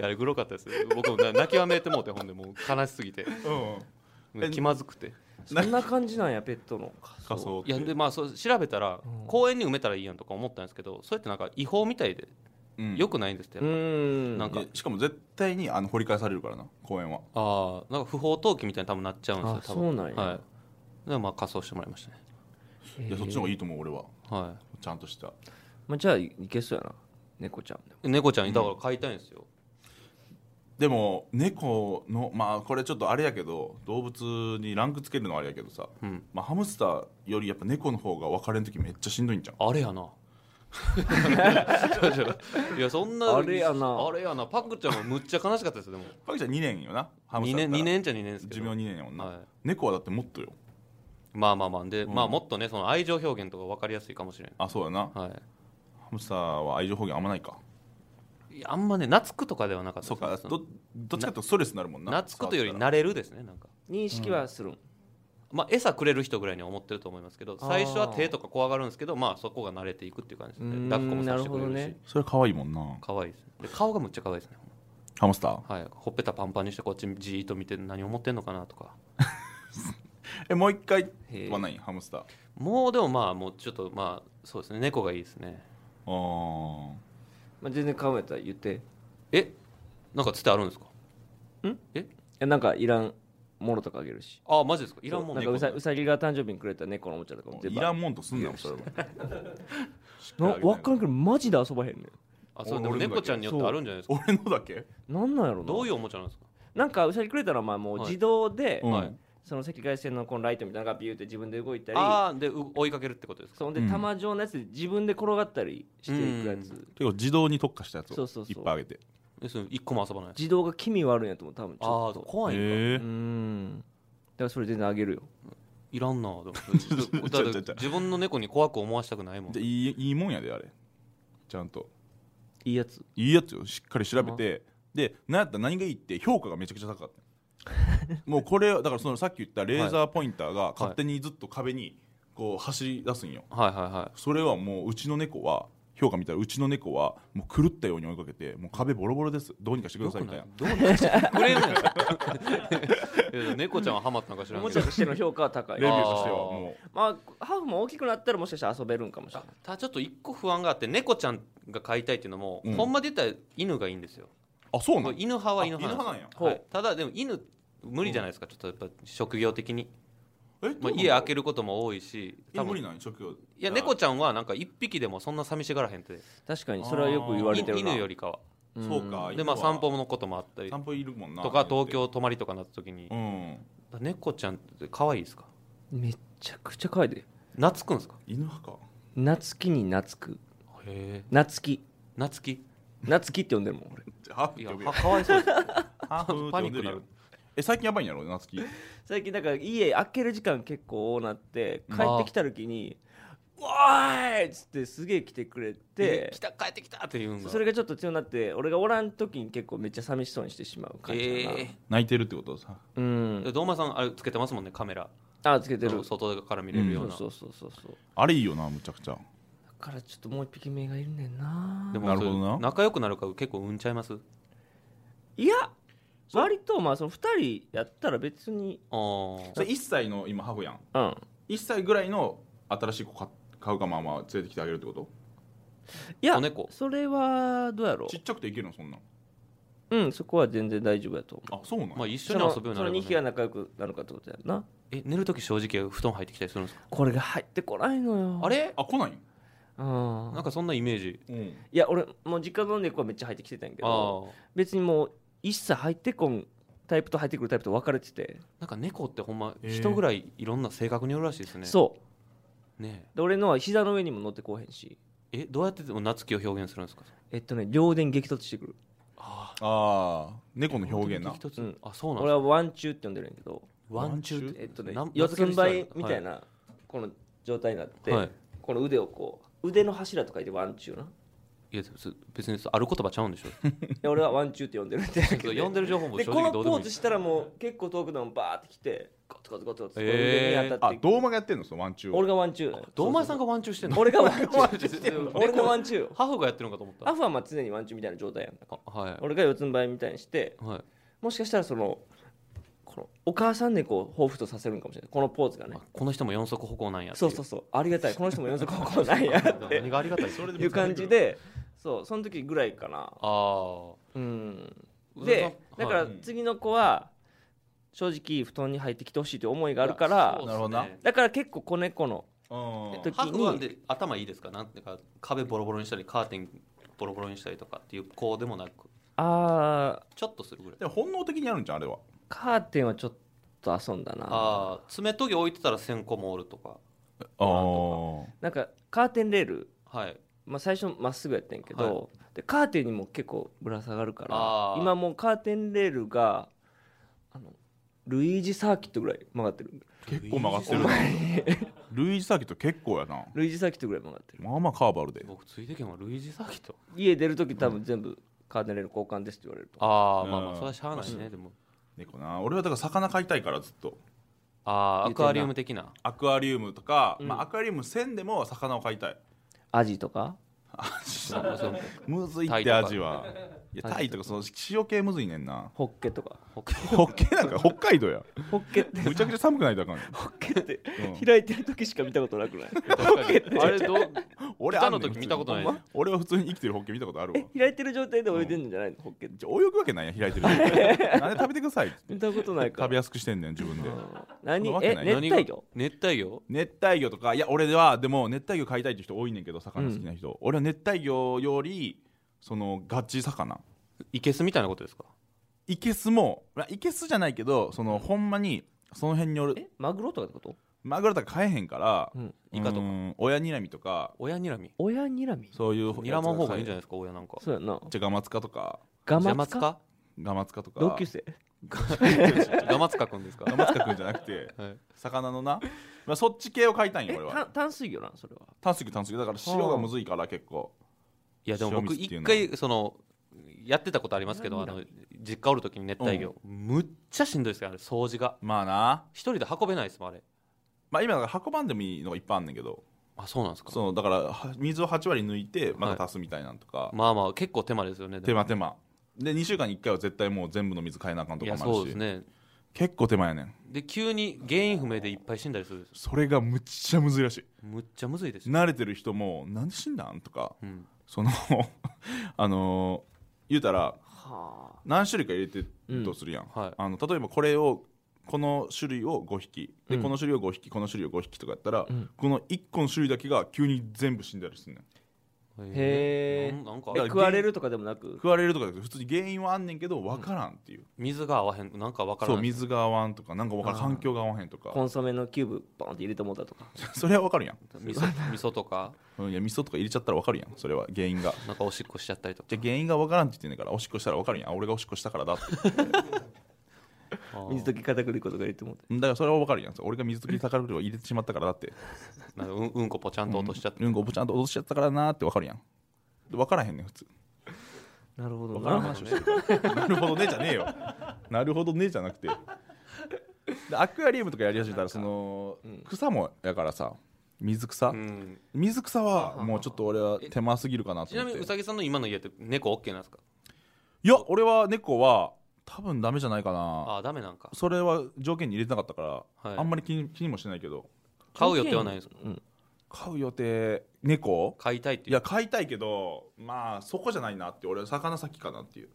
S2: やあれグロかったですよ僕もな泣きわめいてもうてほんでもう悲しすぎて
S1: え
S2: 気まずくて
S3: そんな感じなんやペットの
S1: 仮装って
S2: いやでまあそう調べたら
S3: うん
S2: 公園に埋めたらいいやんとか思ったんですけどそれってなんか違法みたいで
S1: うん
S2: よくないんですってやっぱ
S3: ん
S2: なんか
S1: でしかも絶対にあの掘り返されるからな公演は
S2: ああなんか不法投棄みたいに多分なっちゃうんですよ
S3: あ
S2: 多分
S3: そうなんや
S2: はいだからまあ仮装してもらいましたね
S1: いやそっちの方が
S3: い
S1: い
S3: い、
S1: いと思う俺は
S2: は
S1: ちゃんとした
S3: まあ、じゃあいけそうやな猫ちゃんで
S2: い
S3: も
S2: 猫ちゃんだから飼いたいんですよ、
S1: でも猫のまあこれちょっとあれやけど動物にランクつけるのはあれやけどさ、
S2: うん
S1: まあ、ハムスターよりやっぱ猫の方が別れん時めっちゃしんどいんじゃん
S2: あれやないやそんな
S3: あれやな
S2: あれやなパクちゃんもむっちゃ悲しかったですよでも
S1: パクちゃん2年よなハムス
S2: 2
S1: ター
S2: 年二
S1: だったら
S2: 年じゃ2年ですけ
S1: 寿
S2: ど
S1: 命2年やもんな、
S2: はい
S1: 猫はだってもっとよ
S2: まあまあまあで、
S1: うん
S2: まあもっとねその愛情表現とか分かりやすいかもしれ
S1: あそうやな、
S2: ない、はい
S1: ハムスターは愛情表現あんまないか
S2: いや、あんまね懐くとかではなかった
S1: そうか
S2: ですね
S1: どどっちかっていうとストレスになるもんな
S2: 懐くというより
S1: な
S2: 慣れるですねなんか
S3: 認識はするん、
S2: まあ、餌くれる人ぐらいには思ってると思いますけど
S3: あー
S2: 最初は手とか怖がるんですけどまあそこが慣れていくっていう感じです
S3: うー
S2: ね
S3: ん
S2: 抱っこもさせてくれるし
S3: なるほどね
S1: それ可愛いもんな
S2: 可愛いですで顔がむっちゃ可愛いですね
S1: ハムスター
S2: はいほっぺたパンパンにしてこっちじーっと見て何思ってんのかなとか
S1: えもう一回
S3: へえ
S1: はないハムスター
S2: もうでもまあもうちょっとまあそうですね猫がいいですね
S1: あー
S3: まあ、全然構えたら言ってい
S2: えなんかつてあるんですか
S3: やなんかいらんものとかあげるし
S2: ああマジですかいらんもん
S3: なん
S2: ね
S3: かうさうさぎが誕生日にくれた猫のおもちゃとかも全
S1: い
S3: 部
S1: らんもんとすんなよそれは
S3: な分からん
S1: い
S3: けどマジで遊ばへんね
S2: あそうでも
S1: 俺のだけ
S2: 猫ちゃんによってあるんじゃないですか
S1: 俺のだけ
S3: んなんなんやろな
S2: どういうおもちゃなんですか
S3: なんかうさぎくれたらまあもう
S2: はい
S3: 自動で、
S1: うん
S2: はい
S3: その赤外線のこのライトみたいなのがビューって自分で動いたり
S2: ああでう追いかけるってことですか
S3: そんで
S1: うん
S3: 玉状のやつで自分で転がったりしていくやつ、
S1: 結構自動に特化したやつ
S3: そ
S1: を
S3: うそうそう
S1: いっぱいあげて
S2: えその一個も遊ばない
S3: 自動が気味悪いんやと思う多分ち
S2: あ
S3: ょ
S2: あ
S3: っと
S2: 怖いんか
S1: へ
S3: う
S1: え
S3: ーんだからそれ全然あげるよ
S2: いらんなでも
S1: ちょ
S2: だ
S1: ち
S2: っ
S1: ょち
S2: て
S1: ょ
S2: 自分の猫に怖く思わしたくないもん
S1: でいいいいもんやであれちゃんと
S3: いいやつ
S1: いいやつよしっかり調べてで何やったら何がいいって評価がめちゃくちゃ高かったもうこれだからそのさっき言ったレーザーポインターが勝手にずっと壁にこう走り出すんよ
S2: はいはいは
S1: それはもううちの猫は評価見たらうちの猫はもう狂ったように追いかけてもう壁ボロボロですどうにかして
S2: い。
S1: くださいみたいな
S2: どうなんですかクレームやん いや猫ちゃんはハマったんか知
S3: お
S2: らん
S3: も
S2: け
S3: ちゃ
S2: ど
S3: としての評価は高い
S1: レビュ
S2: あ
S1: ーとしてはもう
S3: まあハーフも大きくなったらもしかしたら遊べるんかもしれ
S2: あ
S3: ない
S2: ただちょっと一個不安があって猫ちゃんが飼いたいっていうのも、
S1: うん
S2: ほんまで言ったら犬がいいんですよ
S1: あそうな
S2: こ
S1: の
S2: れ犬派は犬
S1: あ
S2: 派なんです
S3: 犬派なんや
S2: はいただでも犬無理じゃないですか、ちょっとやっぱ職業的に、
S1: え
S2: まあ、家開
S1: る
S2: けることも多いし多
S1: 無理
S2: 分
S1: なん職業
S2: いや猫ちゃんはなんか一匹でもそんな寂しがらへんって
S3: 確かにそれはよく言われてるない
S2: 犬よりかは
S3: ん
S1: そうか
S2: でまあ
S1: 犬は
S2: 散歩のこともあったり
S1: 散歩いるもんな
S2: とか東京泊まりとかなった時に
S1: うん
S2: 猫ちゃんって可愛いですか
S3: めっちゃくちゃ可愛いで
S2: 懐くんですか
S1: 犬派か
S3: 夏木に懐く
S2: へえ
S3: 夏木
S2: 懐き
S3: 夏木って呼んでるもん俺
S1: じゃあハーフっ
S2: い
S1: て
S2: や
S1: 呼べ
S2: は
S1: よ
S2: かわいそうです
S1: ハーフって
S2: パ
S1: 呼んで
S2: ニッ
S1: る
S2: クにな
S1: や
S2: る
S1: ろえ最近やばいんやろ夏希
S3: 最近だから家開ける時間結構多なって帰ってきた時に「おーい!」っつってすげえ来てくれ
S2: で
S3: て
S2: 来た帰ってきたって言うんが
S3: それがちょっと強くなって俺がおらん時に結構めっちゃ寂しそうにしてしまう感じだな、
S2: え
S1: 泣いてるってことさ
S3: う
S2: え
S3: ん
S2: 堂前さんあれつけてますもんねカメラ
S3: あつけてるそ
S2: 外から見れるよう
S3: う
S2: な
S3: そうそうそうそう
S1: あれいいよなむちゃくちゃ
S3: だからちょっともう一匹目がいるねんな
S2: でも
S1: なるほどな
S2: それ仲良くなるから結構産んちゃいますあ
S3: いや割とまあその2人やったら別に
S2: ー
S1: それ1歳の今ハーフやん
S3: うん
S1: 1歳ぐらいの新しい子か買うかまあまあ連れてきてあげるってこと
S3: いや
S2: 子猫
S3: それはどうやろ
S1: ちっちゃくていけるのそんなん
S3: ううんそこは全然大丈夫やと思う
S1: あそうなんや
S2: まあ一緒に遊ぶように
S3: そ
S2: な
S3: の
S2: る
S3: 2匹が仲良くなるかってことやんな
S2: え寝る時正直布団入ってきたりするんですか
S3: これが入ってこないのよ
S2: あれ
S1: あ来ないん
S3: うん
S2: なんかそんなイメージ
S1: うん
S3: いや俺もう実家の猫はめっちゃ入ってきてたんやけ
S2: あ
S3: ど
S2: ー
S3: 別にもう一切入ってこんタイプと入ってくるタイプと分かれてて、
S2: なんか猫ってほんま
S1: へー
S2: 人ぐらいいろんな性格によるらしいですね
S3: そう
S2: ね
S3: で俺のは膝の上にも乗ってこうへんし
S2: ええどうやってでも夏樹を表現するんですか
S3: えっとね両電激突してくる
S2: あ
S1: ああ猫の表現な
S2: 一つ、
S3: うん
S2: あそうなん
S3: 俺
S2: だ
S3: はワンチューって呼んでるんやけど
S2: ワンチューって
S3: えっとね
S2: なん
S3: 四つん
S2: なん
S3: 這
S2: つ
S3: い
S2: うん這い
S3: みたいなこの状態になって、
S2: はい
S3: この腕をこう腕の柱と書いてワンチューな
S2: いや別別にある言葉ちゃうんでしょ
S3: で俺はワンチューって呼んでるんだけど
S2: 呼んでる情報も
S3: で
S2: 正
S3: この
S2: 直どうで
S3: ポ
S2: もい
S3: ー
S2: い
S3: ズしたらもう結構遠くのもバーってきてゴツゴツゴツゴツ
S2: へ
S3: 腕
S2: ー
S3: に当たっ
S1: あ
S3: て
S1: 堂間がやってんのそのワンチューを
S3: 俺がワンチューなんや
S2: 堂前さんがワンチューしてんの
S3: 俺がワンチュ
S2: ワンチュー してん
S3: ー
S2: の
S3: 俺がワンチ ュー
S2: ハーフがやってるのかと思った
S3: アフはまあ常にワンチューみたいな状態やん
S2: あはい
S3: 俺が四つん這いみたいにして
S2: はい
S3: もしかしたらそのこのお母さん猫を彷彿とさせるんかもしれないこのポーズがね
S2: あこの人も四足歩行なんやってい
S3: そうそうそうありがたいこの人も四足歩行なんやって
S2: 何がありがたい それ
S3: いう感じでそうその時ぐらいかな
S2: ああ
S3: うん
S2: ー
S3: でだか
S2: は
S3: ら
S2: い
S3: 次の子は正直布団に入ってきてほしいという思いがあるから
S2: そうっすね
S1: なるほどな
S3: だから結構子猫の
S1: うん
S3: えっと
S2: ハーフはで頭いいですかなんていうか壁ボロボロにしたりカーテンボロボロにしたりとかっていうこうでもなく
S3: あー
S2: ちょっとするぐらい
S1: でも本能的にやるんじゃんあれは
S3: カーテンはちょっと遊んだな
S2: ああ爪研ぎ置いてたら線香もおるとか
S1: あ
S3: なんかカーテンレール、
S2: はい
S3: まあ、最初まっすぐやったんやけど、でカーテンにも結構ぶら下がるから
S2: あー
S3: 今もうカーテンレールがあのルイージサーキットぐらい曲がってる
S1: 結構曲がってるな ルイージサーキット結構やな
S3: ルイージサーキットぐらい曲がってる
S1: まあまあカーバルで
S2: 僕ついてけんはルイージサーキット
S3: 家出る時多分全部カーテンレール交換ですって言われると
S2: ああ
S1: うん
S2: まあまあそれはしゃあないねでも
S1: 猫な俺はだから魚飼いたいからずっと
S2: ああアクアリウム的な
S1: アクアリウムとか、
S3: うん
S1: まあ、アクアリウム1000でも魚を飼いたい
S3: アジとか
S2: そうそう
S1: むずい
S2: タ
S1: っ
S2: イ
S1: て
S2: とか
S1: 味はいやタイとかその塩系むずいねんな
S3: ホッケとか
S1: ホッケなんか北海道や
S3: ホッケっ て
S1: むちゃくちゃ寒くないとあかんねん
S3: ホッケって
S1: うん
S3: 開いてる時しか見たことなくない
S2: あれどう
S1: 俺
S2: 北
S1: あんね
S2: の
S1: ん
S2: 時見たことない
S1: 普通にほんま俺は普通に生きてるホッケ見たことあるわ
S3: え開いてる状態で泳いでんじゃないのホッケって
S1: じゃあ泳ぐわけないやん開いてる時なんで食べてくださいって
S3: 見たことないか
S1: 食べやすくしてんねん自分で
S3: 何
S1: わけ
S3: え
S1: ない
S3: 熱帯魚
S2: 熱帯魚
S1: 熱帯魚とかいや俺はでも熱帯魚飼いたいって人多いねんけど魚好きな人、俺は熱帯魚よりそのガチ魚
S2: イケスみたいなことですか
S1: イケスもまあイケスじゃないけどそのほんまにその辺におる
S3: えマグロとかってこと
S1: マグロとか飼えへんから、
S3: うん
S2: イカとか
S1: か親にらみとか
S2: 親にらみ
S3: 親にらみ
S1: そういう
S2: にらまん方がいいんじ
S1: ゃ
S2: ゃないですか親なんか
S3: そうやんな
S1: じゃあガマツカとか
S3: ガ
S2: 邪
S3: マ
S2: 魔
S3: ツ
S2: つ
S3: か
S2: か
S1: ガマツカとか
S3: 同級生
S2: ガマツカくんで すか
S1: ガマツカくんじゃなくて
S2: はい
S1: 魚のな、まあ、そっち系を飼いたいんよ
S3: え
S1: 俺
S3: た
S1: は
S3: 淡水魚なんそれは
S1: 淡水魚淡水魚だから塩がむずいから結構
S2: いやでも僕
S1: 塩水っていう
S2: 一
S1: のは
S2: 回そのやってたことありますけどあの実家おる時に熱帯魚むっちゃしんどいですよあれ掃除が
S1: まあな
S2: 一人で運べないですもんあれ
S1: まあ今だから運ばんでもいいのがいっぱいあんねんけど
S2: あそうなんですか
S1: そのだからは水を8割抜いてまた足すみたいなんとか、
S2: まあまあ結構手間ですよね
S1: 手
S2: でも
S1: 間手間で2週間に1回は絶対もう全部の水変えなあかんと
S2: い
S1: か
S2: や
S1: もある
S2: そ
S1: し
S2: うですね
S1: 結構手間やねん
S2: で急に原因不明でいっぱい死んだりするんですよ
S1: それがむっちゃむずいらしい
S2: むっちゃむずいですよ、
S1: 慣れてる人も「なんで死んだん?」とか
S2: うん、
S1: その あのー言うたら
S3: は
S1: 何種類か入れてるとするやん、
S2: はい
S1: あの例えばこれをこの種類を5匹で、
S3: うん
S1: この種類を5匹この種類を5匹とかやったら、
S3: うん
S1: この1個の種類だけが急に全部死んだりするねん
S3: へー
S2: なんなんか
S3: あえ
S1: だから
S3: 食われるとかでもなく
S1: 食われるとかじゃなくて普通に原因はあんねんけど分からんっていう、
S2: 水が合わへんなんかわから
S1: そ
S2: な
S1: う
S2: い
S1: 水が合わんとかなんか分からん
S3: あー
S1: 環境が合わへんと
S3: コ
S1: か
S3: ンソメのキューブバーンって入れてもうたとか
S1: それは分かるやん
S2: 味噌味噌とか
S1: うん、いや味噌とか入れちゃったら分かるやんそれは原因が
S2: なんかおしっこしちゃったりとか
S1: じゃあ原因が分からんって言ってんねんからおしっこしたら分かるやんあ俺がおしっこしたからだって だか
S2: あー
S3: 水溶き片栗粉とか入れてもうた
S1: らそれは分かるやん俺が水溶き宝くじを入れてしまったからだって
S2: なんかうんうんこぽちゃんと落としちゃって、
S1: うんこぼちゃんと落としちゃったからなーって分かるやんで分からへんねん普通
S3: なるほど
S1: 分からん
S3: な
S1: 話をしてるなるほどねじゃねえよなるほどねじゃなくてでアクアリウムとかやり始めたらその草もやからさ水草、
S2: うん
S1: 水草はもうちょっと俺は手間すぎるかな
S2: ち
S1: と
S2: な
S1: 思
S2: み
S1: っ
S2: に
S1: て
S2: うさぎさんの今の家って猫 OK なんですか
S1: いや俺は猫は多分ダメじゃないかな
S2: ああダメなんか
S1: それは条件に入れてなかったから、
S2: はい
S1: あんまり気に気にもしてないけど
S2: 買う予定はないんですか
S3: うん
S1: 飼う予定猫
S2: 買いたいって
S1: い
S2: いう
S1: や飼いたいけどまあそこじゃないなって俺は魚先かなっていう、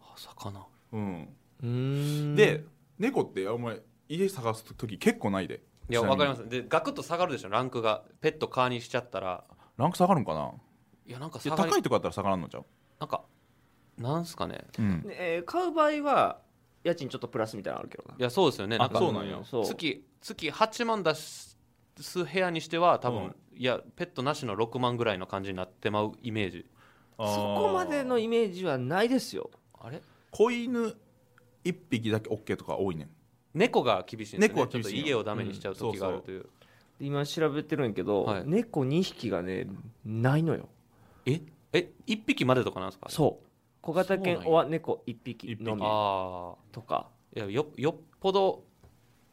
S2: あ魚
S1: うん、
S3: うーん
S1: で猫ってお前家探す時結構ないで
S2: いや
S1: ちなみに
S2: わかりますでガクッと下がるでしょランクがペットカーにしちゃったら
S1: ランク下がるんかない
S2: やなんか
S1: いや
S2: 下がり
S1: 高いとこやったら下がらんのちゃう、
S2: なんかなんすかね
S1: うん、
S3: ねえー買う場合は家賃ちょっとプラスみたいなのあるけどない
S2: やそうですよね
S1: あ
S2: なんか
S1: そうなんや
S3: そう
S2: 月月8万出す部屋にしては多
S1: う
S2: 分、
S1: ん
S2: いやペットなしの6万ぐらいの感じになってまうイメージ
S1: そ
S3: そこまでのイメージはないですよ
S2: あれ
S1: 子犬一匹だけ OK とか多いねん
S2: 猫が厳しいんですよ
S1: 猫
S2: ね
S1: は厳しい
S2: ちょ
S1: よ
S2: っと家をダメにしちゃう時があるという,、
S3: 今調べてるんやけど、
S2: はい
S3: 猫2匹がねないのよ
S2: ええ一1匹までとかなんですか
S3: そう小型
S2: そ
S3: 犬
S2: うなんや
S3: は猫1匹
S1: 一匹
S3: のみ
S2: あ
S3: とか
S2: あいやよよっぽど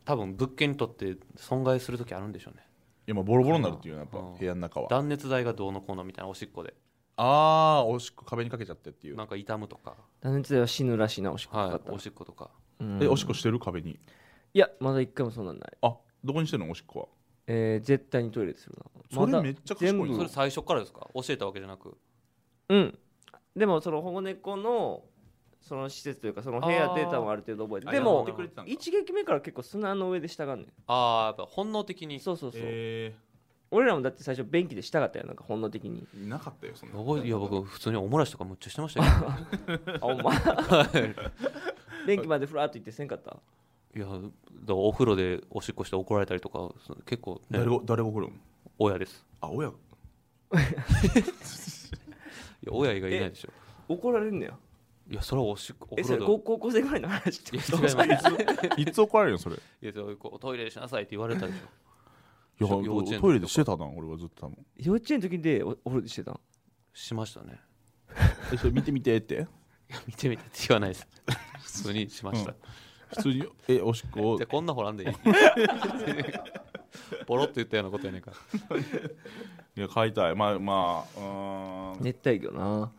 S2: 多分物件にとって損害する時あるんでしょうね
S1: 今ボロボロになるっていうのやっぱ
S2: うん
S1: 部屋の中は
S2: 断熱材がどうのこうのみたいなおしっこで
S1: ああーおしっこ壁にかけちゃってっていう
S2: なんか痛むとか、
S3: 断熱では死ぬらしいなおしっこかか
S2: は
S3: っ
S2: い、
S3: たら
S2: おしっことか
S3: うん
S1: えおしっこしてる壁に
S3: いやまだ1回もそんなんない
S1: あどこにしてるのおしっこ
S3: えー絶対にトイレでするな
S1: はそ
S3: ま
S1: れ
S3: だ
S1: めっちゃ賢い
S3: 全
S1: な
S3: 部
S2: それ最初からですか教えたわけじゃなく
S3: うんでもその保護猫のその施設というかその部屋
S2: あー
S3: データもある程度覚えて
S1: あ
S3: で
S2: や
S3: も
S2: ってくれ
S1: てたんか
S3: 一撃目から結構砂の上でしたがんねん
S2: ああやっぱ本能的に
S3: そうそうそう、
S1: え
S3: 俺らもだって最初便器でしたがったよなんか本能的に
S1: ー、なかったよそんな
S2: 覚えいや僕普通におもらしとかむっちゃしてました けど
S3: あほんま便器までふらっと行ってせんかった
S2: いやだからお風呂でおしっこして怒られたりとかその結構、ね
S1: 誰、が誰が来るん
S2: 親です
S1: あ親
S2: いや親以外いないでしょ
S3: 怒られんのよ
S2: いやそれはおしっこお
S3: えそ
S2: 風
S3: れ
S2: 呂
S3: 高高校生ぐらいの話って
S2: でい
S3: こ
S2: や
S3: と
S2: 違います
S1: いつ怒られるのそれ
S2: いやそうこうトイレしなさいって言われたでしょ
S1: いや
S2: 幼幼稚園の時とか
S1: トイレでしてたな俺はずっと多分
S3: 幼稚園の時でおお風呂でしてたん
S2: しましたね
S1: えそれ見てみてって
S2: いや見てみてって言わないです普通にしました、
S1: 普通にえおしっこを
S2: じゃあこんなほら んでいいボロって言ったようなことやねんから
S1: いや買いたいまあまあうーん
S3: 熱帯魚な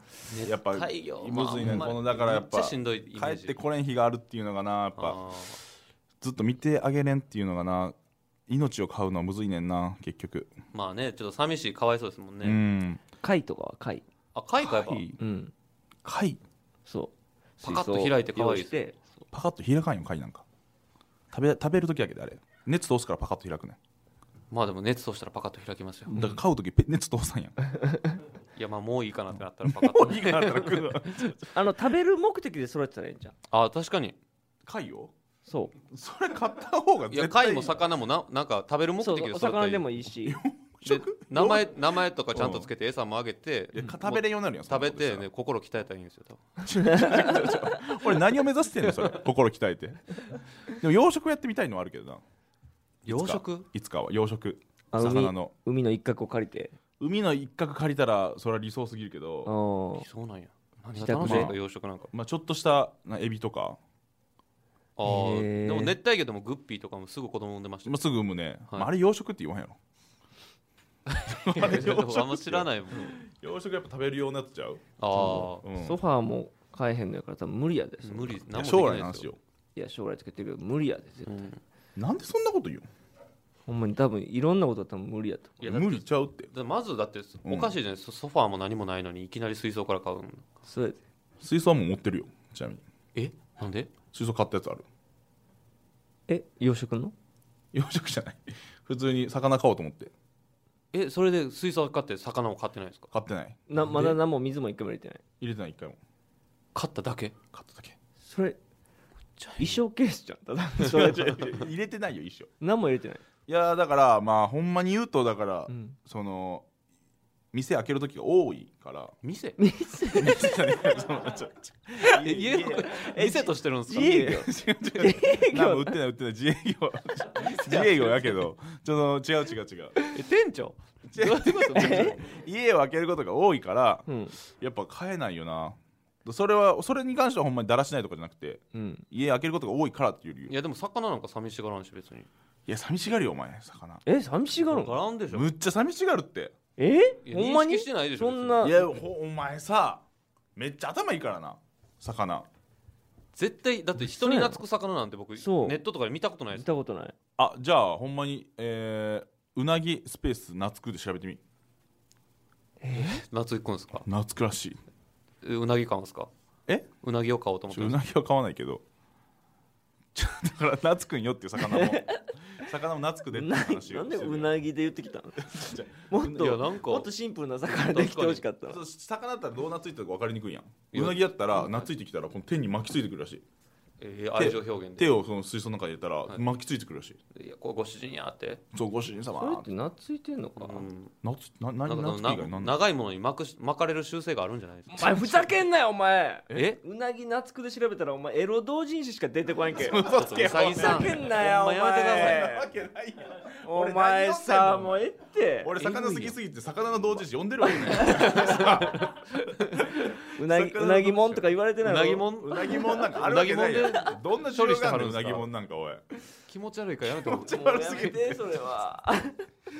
S1: やっぱ
S2: 熱帯魚
S1: むずいね
S2: まあ
S1: このだからやっぱ
S2: めっちゃしんどいイ
S1: 帰
S2: メー
S1: っ
S2: ジ
S1: てこれん日があるっていうのがなやっぱ
S2: あー
S1: ずっと見てあげれんっていうのがな命を買うのはむずいねんな結局、
S2: まあねちょっと寂しいかわいそうですもんね、
S1: うん
S3: 貝とかは貝
S2: あ貝かやっぱ
S1: 貝
S3: うん
S1: 貝
S3: そう
S2: パカッと開いて可愛いです
S3: 水槽を用意して
S1: パカッと開かんよ貝なんか食べ食べる時だけであれ熱通すからパカッと開くね
S2: まあでも熱通したらパカッと開きますよ、
S1: んだから買う時 ペ熱通さんやん
S2: いやまあもういいかなってなったらパカッと、
S1: いいから食うわ
S3: あの食べる目的で揃えてたらいいんじゃん
S2: あ確かに
S1: 貝を
S3: そう
S1: それ買った方が
S2: い
S1: 絶
S2: や
S1: 対
S2: 貝も魚もななんか食べる目
S3: そ
S2: 的
S3: うそう
S2: で
S3: お
S2: 揃ったら
S3: 魚
S2: いい
S3: でもいいし
S2: で名前名前とかちゃんとつけて餌もあげて、
S1: いやか食べれんようになるやん
S2: 食べて、ね、心鍛えたらいいんですよ多分
S1: 俺何を目指してんの それ心鍛えてでも養殖やってみたいのはあるけどない
S2: 養殖
S1: いつかは養殖
S3: あ
S1: 魚の
S3: 海の一角を借りて
S1: 海の一角借りたらそれは理想すぎるけ
S3: あ
S1: ど
S3: ー
S2: そうなんや何
S3: 自
S2: が
S3: 宅
S2: 楽しい
S1: ま
S2: んですか
S1: あ
S2: 養殖なんか
S1: まあちょっとしたなエビとか、
S2: あー
S3: へー
S2: でも熱帯魚でもグッピーとかもすぐ子供産んで ました
S1: まあ、すぐ産むね、
S2: は
S1: ま
S2: い
S1: あ、あれ養殖って言わんやろ
S2: よでもあんま知らないもん
S1: 養殖やっぱ食べるようになっちゃう、
S2: ああ
S1: うん
S3: ソファーも買えへんのやから多分無理やでそんな
S2: 無理
S1: いや
S2: 何もでき
S1: 将来
S2: ない
S1: の
S2: で
S1: 話
S2: すよ
S1: よ
S3: いや将来つけてるけど無理やで絶対
S1: なんでそんなこと言う
S3: ほんまに多分いろんなことは多分無理やと
S2: いやだ
S1: の
S2: って
S1: 無理ちゃうって
S2: だからまずだって
S1: うん
S2: おかしいじゃないですか、ソファーも何もないのにいきなり水槽から買うん
S3: そうやで
S1: 水槽はもう持ってるよちなみに
S2: えなんで
S1: 水槽買ったやつある
S3: え養殖の
S1: 養殖じゃない 普通に魚買おうと思って
S2: えそれで水槽買って魚も買ってないですか
S1: 買ってない
S3: なまだ何も水も一回も入れてない
S1: 入れてない一回も
S2: 買っただけ
S1: 買っただけ
S3: それ
S2: ちゃ
S3: 衣装ケースじゃんただ それ
S1: 入れてないよ一緒
S3: 何も入れてない
S1: いやーだからまあほんまに言うとだから、
S3: うん
S1: その店開ける時が多いから
S2: 店
S3: 店
S2: え家の店としてるんですか
S3: 自営業
S1: 何も売ってない売ってない自営業自営業やけどちょっと違う違う違う
S2: え店長
S1: 違う
S2: どういうこと
S1: 家を開けることが多いから
S3: うん
S1: やっぱ買えないよなそれはそれに関してはほんまにだらしないとかじゃなくて
S3: うん
S1: 家開けることが多いからっていう理由
S2: いやでも魚なんか寂しがらんし別に
S1: いや寂しがるよお前魚
S3: え寂しがるの
S2: らんでしょ
S1: むっちゃ寂しがるって
S3: え
S2: いや
S3: ほんま
S2: 認
S3: に
S2: 識してないでしょ
S3: そんな
S1: いうやほお前さめっちゃ頭いいからな魚
S2: 絶対だって人に懐く魚なんて僕ネ
S3: そう
S2: ットとかで見たことないで
S3: 見
S2: す
S3: たことない
S1: あじゃあほんまにえーうなぎスペース懐くで調べてみ
S2: 夏行くんですか
S1: 懐くらしい
S2: えうなぎ買うんですか
S1: え
S2: うなぎを買おうと思っ
S1: ち
S2: て
S1: ょう
S2: ます
S1: なぎは買わないけどちょだから懐くんよっていう魚も魚も懐くで
S3: う
S1: っていう
S3: なぎ
S1: 話
S3: な
S1: をし
S3: ん
S1: て
S3: で
S1: る
S3: うなぎで言ってき たのもっ
S2: いや
S3: と
S2: なんか
S3: もっとシンプルな魚できてほしかったな
S1: そう魚だったらどう懐いてるか分かりにくいやん
S2: いや
S1: うなぎだったら懐いてきたらこの手に巻きついてくるらしい
S2: えー愛情表現で
S1: 手をその水槽の中に入れたら
S2: はい
S1: 巻きついてくるらしい、
S2: いやこれご主人やって、
S1: そうご主人
S3: それ
S1: 様
S3: って懐いてんのか、
S2: うん、
S1: 夏なな
S2: なんか
S1: 何夏
S2: そ
S1: 以
S2: の
S1: 外
S2: な
S1: 何
S2: 長いものに巻くし巻かれる習性があるんじゃないで
S3: お
S2: すか
S3: 前ふざけんなよお前
S2: え
S3: うなぎ夏くで調べたらお前エロ同人誌しか出てこないけん
S1: 嘘つけ
S2: うさぎ
S3: ふざ
S2: さん
S3: けんなよお
S2: ほんま
S3: 前
S2: やめてください
S1: わけないよ
S3: お前さもうええって
S1: 俺魚好きすぎて魚の同時誌呼んでるわけね
S3: うなぎ
S1: 魚の
S3: うなぎもんとか言われてないうの
S2: なぎもん
S1: うなぎもんなんかあるわけないや
S2: うなぎ
S1: んどんな
S2: 処
S1: 処
S2: 理
S1: 理
S2: し
S1: してて
S2: は
S1: は
S2: る
S1: る
S2: ん
S1: う
S2: です
S1: な
S2: か
S1: ぎもんなんかおい
S2: 気持ち悪いからやめても
S3: もうやめてそれは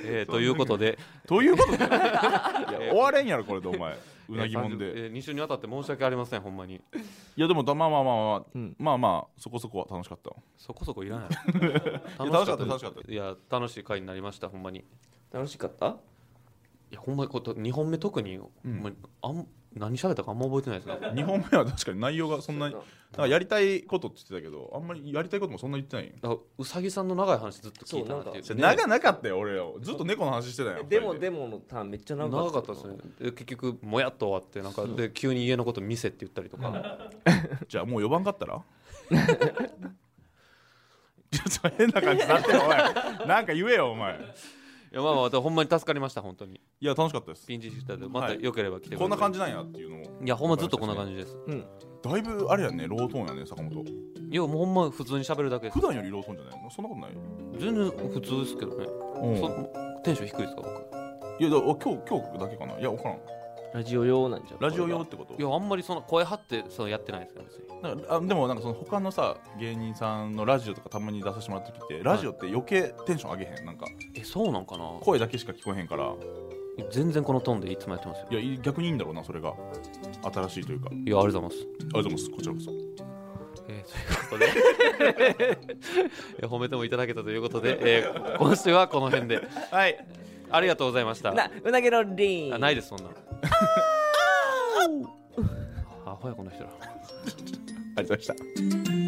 S2: えー、ということで
S1: ということでいや
S2: え
S1: 終われんやろこれでお前うなぎもん
S2: え
S1: で
S2: ー、2週にわたって申し訳ありませんほんまに
S1: いやでもまあまあまあまあ
S3: うん
S1: まあまあそこそこは楽しかった わ
S2: そこそこいらない
S1: いや楽しかった楽しか
S2: いや楽しい回になりましたほんまにい
S3: 楽しかった
S2: やほんまにこと2本目特に、ほんまにあん何喋ったかあんま覚えてないですね
S1: 2本目は確かに内容がそんなになんかやりたいことって言ってたけどあんまりやりたいこともそんな言ってないよ
S2: あうさぎさんの長い話ずっと聞いたなっていう
S1: じ
S2: ね
S1: ゃ長なかったよ俺よずっと猫の話してたよ
S3: でも
S1: 二人
S3: でものターンめっちゃ長か
S2: 長
S3: った
S2: かったですねで結局もやっと終わってなんかで急に家のこと見せって言ったりとか
S1: じゃあもう呼ばんか ったらちょっと変な感じになってるおいなんか言えよお前
S2: いやまあまあほんまに助かりました本当に
S1: いや楽しかったです
S2: ピンチヒッターでまたよければ来てくださ
S1: こ
S2: い
S1: んな感じなんやっていうのも
S2: いやほんまずっとこんな感じです
S3: うん
S1: だいぶあれやねロートーンやね坂本
S2: いやもうほんま普通に喋るだけです
S1: 普段よりロートーンじゃないのそんなことない
S2: 全然普通ですけどねそ
S1: うん
S2: テンション低いですか僕
S1: いやだ今日今日だけかないや分からん
S3: ラジオ用なんじゃう
S1: ラジオ用ってこと
S2: いやあんまりその声張ってそのやってないですよ別に
S1: なんかあでもなんかその他のさ芸人さんのラジオとかたまに出させてもらった時ってラジオって余計テンション上げへんなんか
S2: えそうなんかな
S1: 声だけしか聞こえへんから
S2: 全然このトーンでいつもやってますよ
S1: いやいい逆にいいんだろうなそれが新しいというか
S2: いやありがとうございます
S1: ありがとうございますこちらこそ
S2: えーということで えー褒めてもいただけたということで、えー今週はこの辺ではいありがとうございました
S3: なうなぎのリン
S2: あないですそんなあほやこの人ら
S1: ありがとうございました